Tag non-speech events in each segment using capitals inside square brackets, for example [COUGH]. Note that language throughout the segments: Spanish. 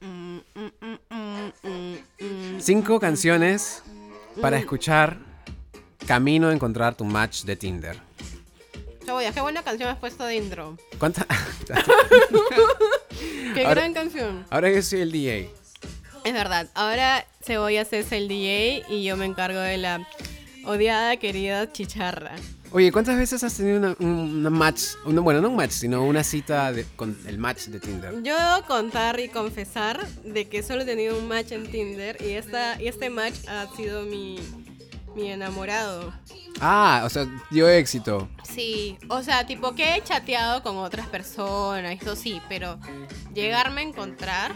Mm, Cinco canciones para escuchar camino a encontrar tu match de Tinder. Cebolla, qué buena canción has puesto de intro. ¿Cuántas? Qué Ahora- gran canción. [LAUGHS] Ahora yo soy el DJ. Es verdad. Ahora Cebollas es el DJ y yo me encargo de la odiada querida chicharra. Oye, ¿cuántas veces has tenido una, un- una match? una- bueno, no un match, sino una cita de- con el match de Tinder. Yo debo contar y confesar de que solo he tenido un match en Tinder y, esta, y este match ha sido mi, mi enamorado. Ah, o sea, dio éxito. Sí, o sea, tipo que he chateado con otras personas, eso sí, pero llegarme a encontrar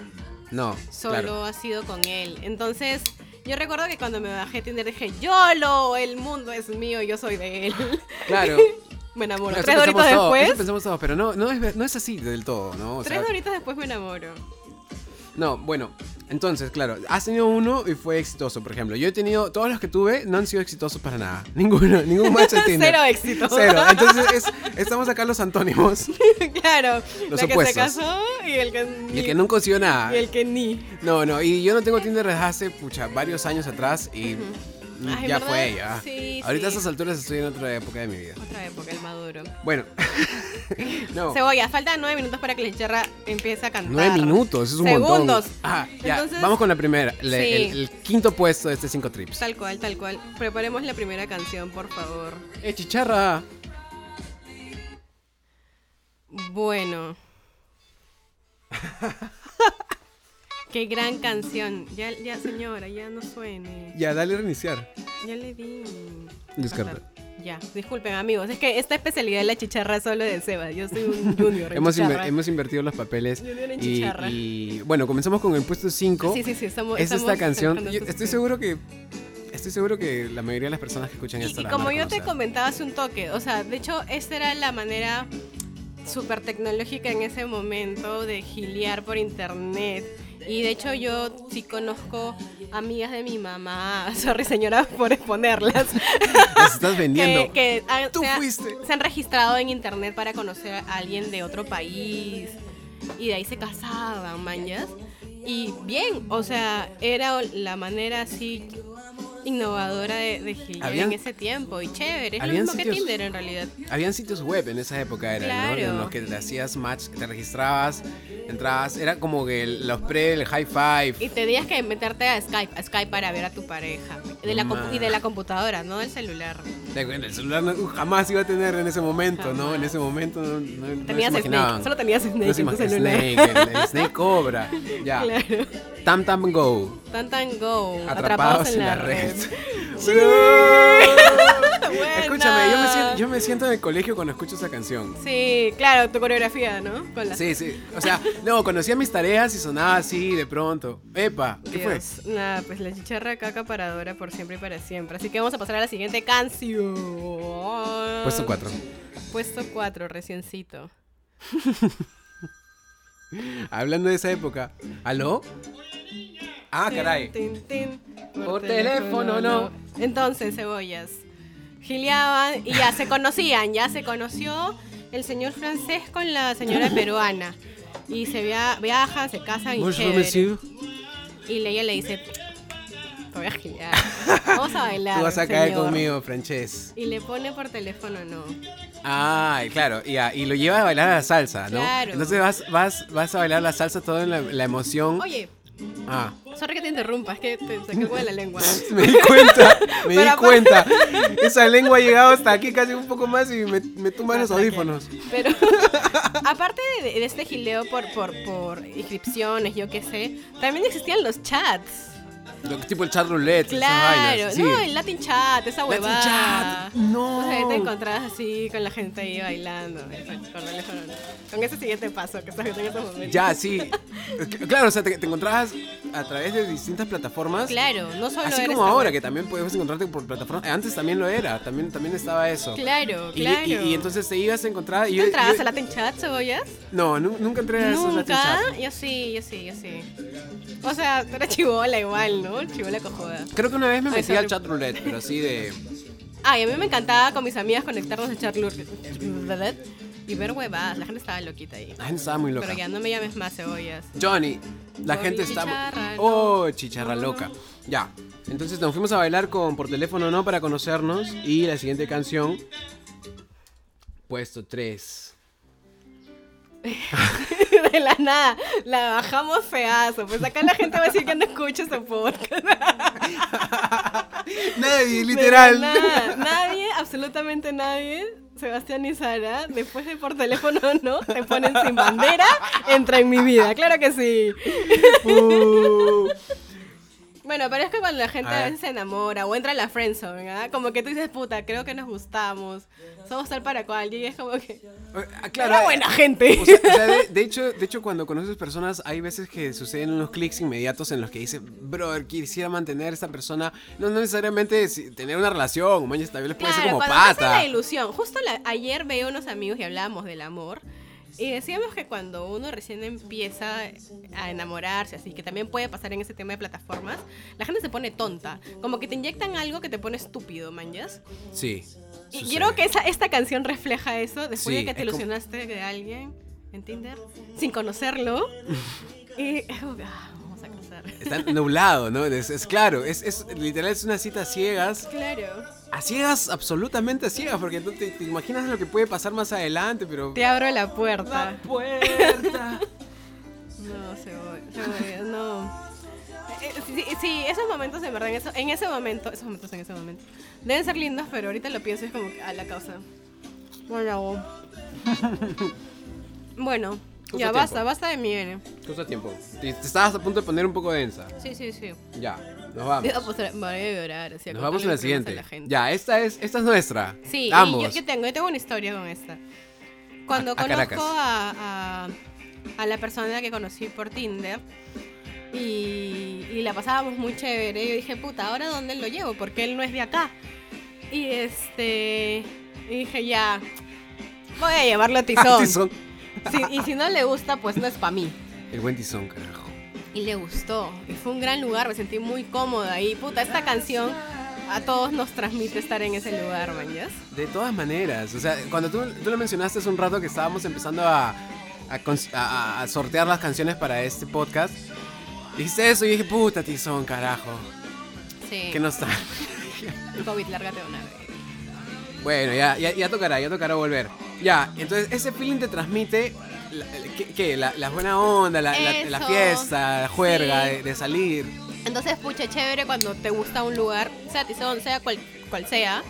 No, solo claro. ha sido con él. Entonces, yo recuerdo que cuando me bajé Tinder dije, YOLO, el mundo es mío, yo soy de él. [LAUGHS] Claro. me enamoro. Bueno, eso Tres pensamos horitas todos, eso después. pensamos todos, pero no, no, es, ve- no es así del todo, ¿no? O sea, Tres horitas después me enamoro. [LAUGHS] no, bueno, entonces, claro, has tenido uno y fue exitoso, por ejemplo. Yo he tenido, todos los que tuve no han sido exitosos para nada. [LAUGHS] Ninguno, ningún [LAUGHS] match de Tinder. Cero éxito. [LAUGHS] Cero. Entonces, es- estamos acá los antónimos. claro. Los la que opuestos. se casó [LAUGHS] y el que ni. Y el que no consiguió nada. y el que ni. No, no, y yo no tengo Tinder desde hace, pucha, varios años atrás y mm, Ay, ya ¿verdad? fue ella. Sí, Ahorita sí. a esas alturas estoy en otra época de mi vida. Otra época, el maduro. Bueno, [LAUGHS] no, Cebolla, faltan nueve minutos para que la chicharra empiece a cantar. nueve minutos, es un Segundos. montón. Ah, ya, Entonces- vamos con la primera, le- Sí. el, el quinto puesto de este cinco trips. Tal cual, tal cual. Preparemos la primera canción, por favor. ¡Eh, chicharra! Bueno. [LAUGHS] Qué gran canción. Ya, ya, señora, ya no suene. Ya, dale a reiniciar. Ya le di. Descarta. Ajá. Ya, disculpen amigos, es que esta especialidad de la chicharra es solo de Seba, yo soy un junior. en Hemos, inver- chicharra. hemos invertido los papeles Yo digo en y, chicharra. y, bueno, comenzamos con el puesto 5. Sí, sí, sí, estamos. es esta estamos canción. trabajando Yo estos estoy temas. seguro que estoy seguro que la mayoría de las personas que escuchan esto Y, y la van a como yo te reconocer. comentaba hace un toque, o sea, de hecho, esta era la manera súper tecnológica en ese momento de gilear por internet. Y de hecho yo sí conozco amigas de mi mamá, [LAUGHS] sorry señora por exponerlas, Las estás vendiendo. [LAUGHS] que, que ah, han- Tú se, ha- fuiste. se han registrado en internet para conocer a alguien de otro país y de ahí se casaban, mañas. Y bien, o sea, era la manera así innovadora de, de gilear Habían- en ese tiempo y chévere, es lo habían mismo que sitios- Tinder en realidad. Habían sitios web en esa época, era, ¿no? Claro. En los que te hacías match, te registrabas, entrabas. Era como que el- los pre, el high five. Y tenías que meterte a Skype, a Skype para ver a tu pareja. De la compu- y de la computadora, no del celular. En El celular no- jamás iba a tener en ese momento, ¿no? En ese momento no, no, no se Tenías Snake, imaginaban. solo tenías Snake no se en tu imaginaban. celular. Snake, el, el Snake Cobra. Ya. [LAUGHS] Claro. Tam Tam Go. Tan tan go. Atrapados, en la red. [LAUGHS] Sí. Escúchame, yo me, siento, yo me siento en el colegio cuando escucho esa canción. Sí, claro, tu coreografía, ¿no? Con la... Sí, sí. O sea, no, conocía mis tareas y sonaba así de pronto. Epa, ¿qué fue? Dios. Nada, pues la chicharra acá acaparadora por siempre y para siempre. Así que vamos a pasar a la siguiente canción. Puesto 4. Puesto 4, reciencito. Hablando de esa época. ¿Aló? Ah, caray. Tin, tin, tin. Por teléfono, no. Entonces, cebollas. Gileaban y ya se conocían, ya se conoció el señor francés con la señora peruana. Y se via- viajan, se casan y Bonjour, chévere. monsieur. Y ella le dice, te voy a [LAUGHS] gilear. Vamos a bailar, Tú vas a caer señor". conmigo, Frances. Y le pone por teléfono no. Ah, claro. Y, ah, y lo llevas a bailar a la salsa, ¿no? Claro. Entonces vas, vas, vas a bailar la salsa todo en la, la emoción. Oye, Ah. sorry que te interrumpa, es que te saqué el huevo de la lengua. [LAUGHS] Me di cuenta, me di Pero aparte- cuenta. Esa lengua ha llegado hasta aquí casi un poco más y me, me tumban los audífonos. Pero [LAUGHS] aparte de, de este gileo por, por, por inscripciones, yo qué sé, también existían los chats. Lo que- tipo el chat roulette, esas Claro, vainas, no, sí. el Latin chat, esa Latin huevada. chat, no. O sea, ahí te encontrabas así con la gente ahí bailando, eso, con, teléfono, no. Con ese siguiente paso que estás en estos momentos. Ya, sí. [LAUGHS] Es que, Claro, o sea, te, te encontrabas a través de distintas plataformas. Claro, no solo Así era como esta ahora, web. que también podías encontrarte por plataformas. Eh, Antes también lo era, también, también estaba eso. Claro, Y- y- claro. Y, entonces te ibas a encontrar. Y ¿Tú yo- entrabas yo- a Latin chat, cebollas? No, nu- nunca entré a esos Latin Nunca, chat. yo sí, yo sí, yo sí. O sea, tú eras chivola igual, ¿no? Chivola cojuda. Creo que una vez me Ay, metí sorry. al chat roulette, pero así de. Ay, a mí me encantaba con mis amigas conectarnos a chat roulette. y ver huevadas. La gente estaba loquita ahí. La gente estaba muy loca. Pero ya no me llames más cebollas. [LAUGHS] Johnny, la Johnny, gente está... chicharra, oh, chicharra No, no, loca. Ya. Entonces nos fuimos a bailar con por teléfono no para conocernos y la siguiente canción puesto 3. De la nada, la bajamos feazo. Pues acá la gente va a decir que no escucha ese podcast. Nadie, De literal. [LAUGHS] la nada, nadie, absolutamente nadie, Sebastián y Sara, después de por teléfono no, te ponen sin bandera, entra en mi vida. Claro que sí. Uh. Bueno, pero es que cuando la gente A a ver. veces se enamora o entra a la friendzone, ¿verdad? Como que tú dices, puta, creo que nos gustamos, somos tal para cual, y es como que... Ah, Claro, era eh, buena gente. [LAUGHS] O sea, o sea, de, de hecho, de hecho, cuando conoces personas, hay veces que suceden unos clics inmediatos en los que dice, brother, quisiera mantener a esta persona. No, no necesariamente si- tener una relación, mañana estable puede ser como cuando pasa pata. la ilusión. Justo la- ayer veía unos amigos y hablábamos del amor. Y decíamos que cuando uno recién empieza a enamorarse, así que también puede pasar en ese tema de plataformas, la gente se pone tonta. Como que te inyectan algo que te pone estúpido, manjas. Sí. Y sucede. creo que esa, esta canción refleja eso, después Sí, de que te es como- ilusionaste de alguien en Tinder, sin [LAUGHS] conocerlo. y es como que, ah, vamos a casar. Está nublado, ¿no? Es, es claro, es, es- literal, es una cita a ciegas. Claro. A ciegas, absolutamente a ciegas, porque tú te, te imaginas lo que puede pasar más adelante, pero. Te abro la puerta. La puerta. No, cebolla, cebolla, no. Eh, Sí, sí, esos momentos en verdad, en, eso, en ese momento, esos momentos en ese momento, deben ser lindos, pero ahorita lo pienso y es como que a la causa. No lo hago. Bueno, ya Justo tiempo. basta, basta de mi N. [LAUGHS] Justo a tiempo. Te, te estabas a punto de poner un poco densa. Sí, sí, sí. Ya, nos vamos. Voy a posar- me voy a llorar. así, a Nos vamos a contarle problemas la siguiente. la gente. ya, esta es, esta es nuestra. Sí, y yo, Ambos. [LAUGHS] yo tengo, yo tengo una historia con esta. Cuando A- a Caracas. conozco a, a- a la persona que conocí por Tinder y, y la pasábamos muy chévere, yo dije, puta, ¿ahora dónde lo llevo? Porque él no es de acá. Y este. Y dije, ya. Voy a llevarlo a [LAUGHS] Ah, Tizón. Tizón. Sí, y si no le gusta, pues no es para mí. El buen Tizón, carajo. Y le gustó. Y fue un gran lugar, me sentí muy cómoda. Y puta, esta canción a todos nos transmite estar en ese lugar, man. ¿ya? De todas maneras, o sea, cuando tú, tú lo mencionaste hace un rato que estábamos empezando a, a cons- a- a- a sortear las canciones para este podcast, dijiste eso y dije, puta Tizón, carajo. Sí. Que no está. COVID, lárgate de una vez. Bueno, ya, ya, ya tocará, ya tocará volver. Ya, entonces ese feeling te transmite. La, ¿qué, qué? La, la buena onda, la, la- la Eso. fiesta, la juerga Sí. de- de salir. Entonces, pucha, chévere cuando te gusta un lugar, sea Tizón, sea cual, cual sea,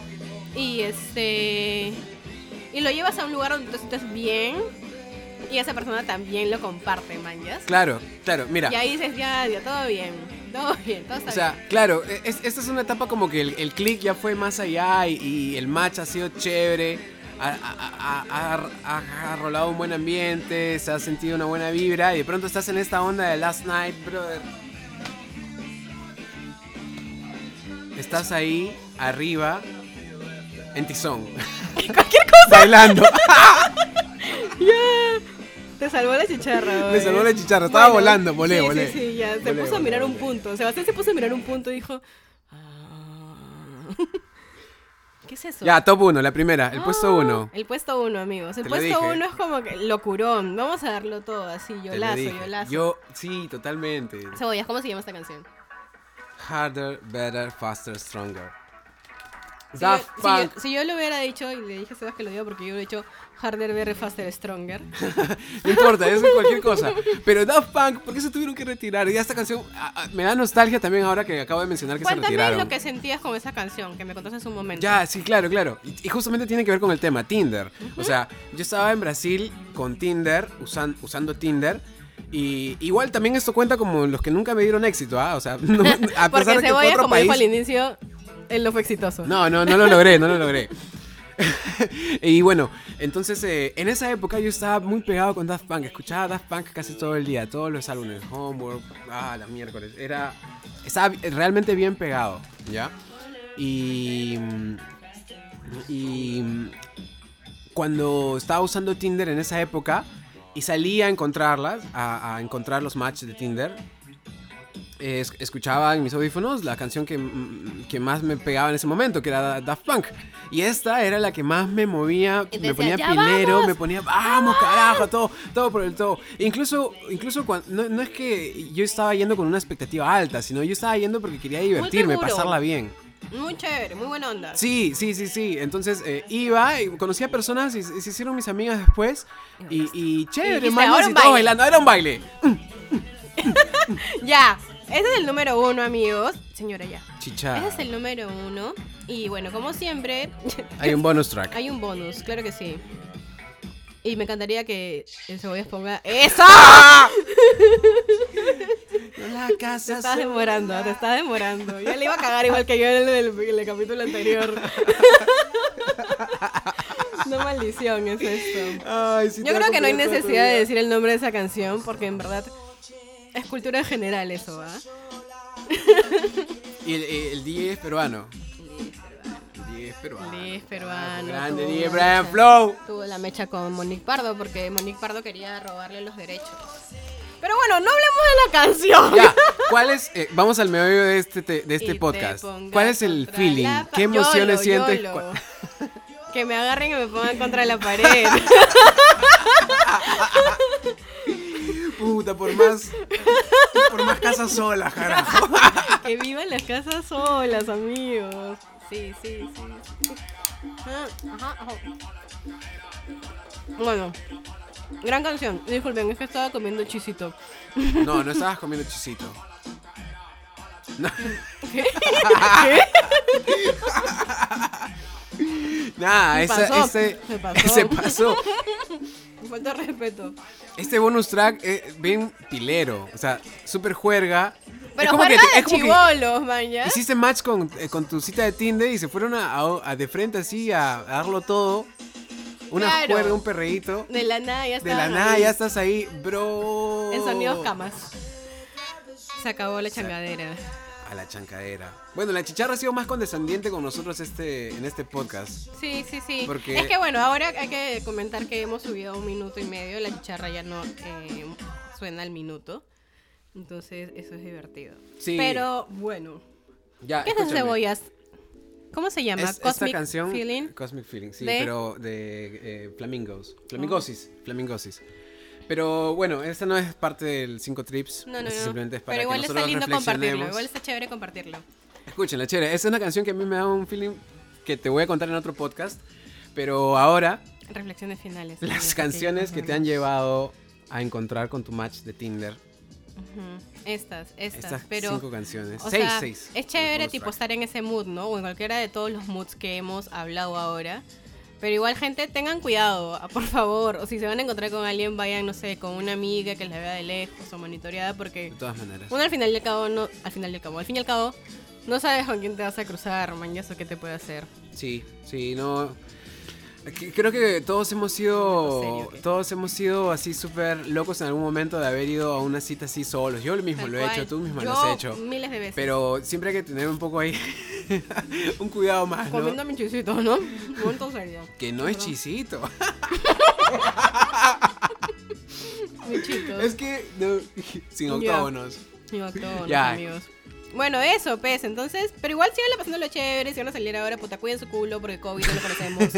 y este. Y lo llevas a un lugar donde te sientes bien y esa persona también lo comparte, manjas. Claro, claro, mira. Y ahí dices, ya, ya, todo bien, todo bien, todo está O sea, bien. claro, e- es- esta es una etapa como que el, el click ya fue más allá y, y el match ha sido chévere, ha, ha- ha- ha- ha- ha rolado un buen ambiente, se ha sentido una buena vibra y de pronto estás en esta onda de Last Night, brother. Estás ahí, arriba, en tizón. Cualquier cosa. Bailando. Te salvó la chicharra. Me oye. salvó la chicharra, estaba volando, volé, sí, volé. Sí, sí, ya, se Volé, puso a volé, mirar un volé. punto. Sebastián se puso a mirar un punto y dijo. "Ah". ¿Qué es eso? Ya, top 1, la primera, el puesto Ah, 1. El puesto uno, amigos. El Te lo puesto dije. uno es como que locurón. Vamos a darlo todo así, yo lazo, yo lazo. Yo, sí, totalmente. Cebollas, ¿cómo se llama esta canción? Harder, better, faster, stronger. Si Daft yo- si yo, Punk. si yo lo hubiera dicho, y le dije a Sebas que lo digo porque yo lo he hecho Harder, Better, Faster, Stronger. No [LAUGHS] importa, es cualquier cosa. Pero Daft Punk, ¿por qué se tuvieron que retirar? Y esta canción a- a- me da nostalgia también ahora que acabo de mencionar que se Cuéntame retiraron. lo que sentías con esa canción, que me contaste hace un momento. Ya, sí, claro, claro. Y, y justamente tiene que ver con el tema, Tinder. O sea, yo estaba en Brasil con Tinder, usan- usando Tinder. Y igual también esto cuenta como los que nunca me dieron éxito, ¿ah? O sea, [LAUGHS] no- a [LAUGHS] pesar porque de que fue Cebollas, otro como dijo país. al inicio, él no fue exitoso. No, no, no lo logré, no lo logré. [LAUGHS] y bueno, entonces eh, en esa época yo estaba muy pegado con Daft Punk, escuchaba Daft Punk casi todo el día, todos los álbumes, Homework, ah, las miércoles, era, estaba realmente bien pegado, ¿ya? Y, mm, y cuando estaba usando Tinder en esa época y salí a encontrarlas, a, a encontrar los matches de Tinder, eh, es- escuchaba en mis audífonos la canción que, mm, que más me pegaba en ese momento, que era Daft Punk. Y esta era la que más me movía, Y me decía, ponía "Ya pilero, vamos, me ponía, vamos, carajo, todo, todo por el todo. Incluso, incluso cuando, no, no es que yo estaba yendo con una expectativa alta, sino yo estaba yendo porque quería divertirme, seguro. pasarla bien. Muy chévere, muy buena onda. Sí, sí, sí, sí. Entonces eh, iba, y conocí a personas y se se hicieron mis amigas después. Y, y chévere, dijiste, manos, "Ahora y un todos baile". bailando. Era un baile. Ya, ese es el número uno, amigos. Señora, ya. Chicha. Ese es el número uno. Y bueno, como siempre, Hay un bonus track. hay un bonus, claro que sí. Y me encantaría que el cebollas ponga [LAUGHS] ¡Eso! La Te casa estás demorando, te estás demorando. Ya le iba a cagar igual que yo en el, del- en el capítulo anterior. [LAUGHS] no maldición es esto. Ay, sí, Yo te creo que no hay acompaña toda tu necesidad de vida. decir el nombre de esa canción porque en verdad es cultura general eso, ¿ah? ¿va? Y el, eh, el, el DJ es peruano. El DJ es peruano. Liz peruano. Grande tuvo DJ la Brian mecha- Flow. Tuvo la mecha con Monique Pardo porque Monique Pardo quería robarle los derechos. Pero bueno, no hablemos de la canción. [LAUGHS] Ya, ¿cuál es? eh, vamos al meollo de este, te- de este y te podcast. pongas ¿Cuál es el contra feeling? la pa- ¿Qué Yolo, emociones sientes? yolo. ¿Cuál- [LAUGHS] Que me agarren y me pongan contra la pared. [LAUGHS] Puta, por más. por más casa sola, carajo. que vivan las casas solas, amigos. Sí, sí, sí. Ah, ajá, ajá. Bueno, gran canción. Disculpen, es que estaba comiendo [LAUGHS] chisito. [LAUGHS] No, no estabas comiendo chisito. No. Nada, Me esa- pasó, ese, [LAUGHS] me pasó. se pasó. Falta de respeto. Este bonus track es bien pilero, o sea, súper juerga. Pero juega te- de chibolos, man, ¿ya? hiciste match con, eh, con tu cita de Tinder y se fueron a, a- a de frente así a, a darlo todo. Una Claro. juerga, un perreíto. De la nada ya De la estaban nada ahí. ya estás ahí, bro. En sonidos camas. Se acabó la changadera. A la chancadera. Bueno, la chicharra ha sido más condescendiente con nosotros este, en este podcast. Sí, sí, sí. Porque- Es que bueno, ahora hay que comentar que hemos subido un minuto y medio. La chicharra ya no eh, suena al minuto. Entonces, eso es divertido. Sí. Pero bueno, Ya, ¿qué es de escúchame. cebollas? ¿Cómo se llama? Es- esta canción, Feeling. Cosmic Feeling, sí, de- Oh. pero de eh, flamingos. Flamingosis, flamingosis. Pero bueno, esta no es parte del 5 Trips. No, no, esta no. Simplemente es para Pero que igual está nosotros lindo compartirlo. reflexionemos. Igual está chévere compartirlo. Escúchenla, chévere. Esa es una canción que a mí me da un feeling que te voy a contar en otro podcast. Pero ahora, Reflexiones finales. Este, las amigos, canciones que te han llevado a encontrar con tu match de Tinder. Ujú. Estas, estas. Estas pero cinco canciones. O seis, sea, seis. Es chévere Bonus tipo track. estar en ese mood, ¿no? O en cualquiera de todos los moods que hemos hablado ahora. Pero igual, gente, tengan cuidado, ah, por favor. O si se van a encontrar con alguien, vayan, no sé, con una amiga que la vea de lejos o monitoreada, porque De todas maneras. uno al final y al cabo no. Al final y al cabo, al fin y al cabo, no sabes con quién te vas a cruzar, man, y eso qué te puede hacer. Sí, sí, no. que- Creo que todos hemos Un poco sido, serio, ¿qué? todos hemos sido así súper locos en algún momento de haber ido a una cita así solos. Yo mismo Tal lo he hecho, cual. tú misma Yo, lo has hecho. Miles de veces. Pero siempre hay que tener un poco ahí, [LAUGHS] un cuidado más, Comiendo ¿no? mi chisito, ¿no? [LAUGHS] Punto [LAUGHS] serio. Que no es Perdón. chisito. Mi chito. [LAUGHS] Es que, no, sin Ya. octógonos. Yo a todos Ya. los amigos. Bueno, eso, pues, entonces, pero igual sigan pasando lo chévere, si van a salir ahora, puta, cuiden su culo porque COVID no lo [LAUGHS] conocemos.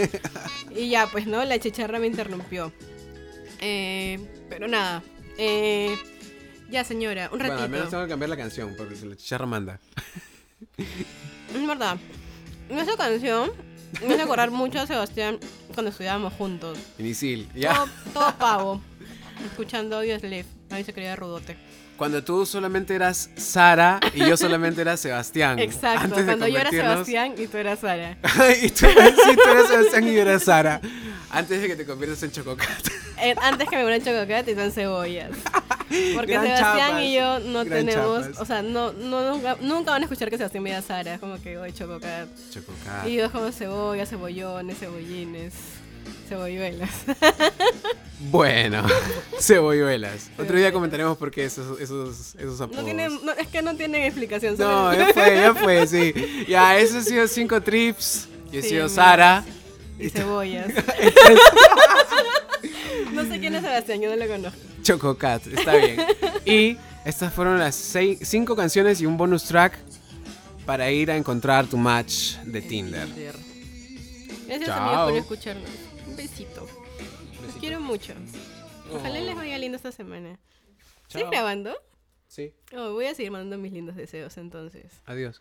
y ya, pues, ¿no? La chicharra me interrumpió. Eh, pero nada. Eh, ya, señora, un Bueno, ratito. al menos tengo que cambiar la canción porque se la chicharra manda. Es verdad. Esa canción me hace acordar mucho a Sebastián cuando estudiábamos juntos. Inisil, ya. Todo, todo pavo. Escuchando Audio Slave. Ahí se creía rudote. Cuando tú solamente eras Sara y yo solamente era [LAUGHS] Sebastián. Exacto. Antes de Cuando yo era convertirnos- Sebastián y tú eras Sara. y tú eres, sí, tú eres Sebastián y yo era Sara. Antes de que te conviertas en chococat. Eh, Antes que me hubieran chocolate y son cebollas. [LAUGHS] Porque Gran Sebastián chapas, y yo no gran tenemos, chapas. o sea, no, no nunca, nunca van a escuchar que Sebastián vea a Sara, es como que hoy chococat. Chococat. Y yo como cebollas, cebollones, cebollines, cebolluelas. [LAUGHS] Bueno, cebolluelas. Otro día comentaremos por qué esos, esos, esos apodos. No tienen, no- es que no tienen explicación. [LAUGHS] No, eh. solo- ya fue, ya fue, sí. Ya, eso ha sido cinco trips. Yo he Sí, sido amigos. Sara. y [LAUGHS] cebollas. no sé quién es Sebastián, yo no lo conozco. Chococat, está bien. Y Estas fueron las seis, cinco canciones y un bonus track para ir a encontrar tu match de Tinder. Gracias Chao. amigos por escucharnos. Un besito. Los quiero mucho. Ojalá les vaya lindo esta semana. ¿Estoy Oh. Chao. grabando? Sí, Oh, voy a seguir mandando mis lindos deseos entonces. adiós.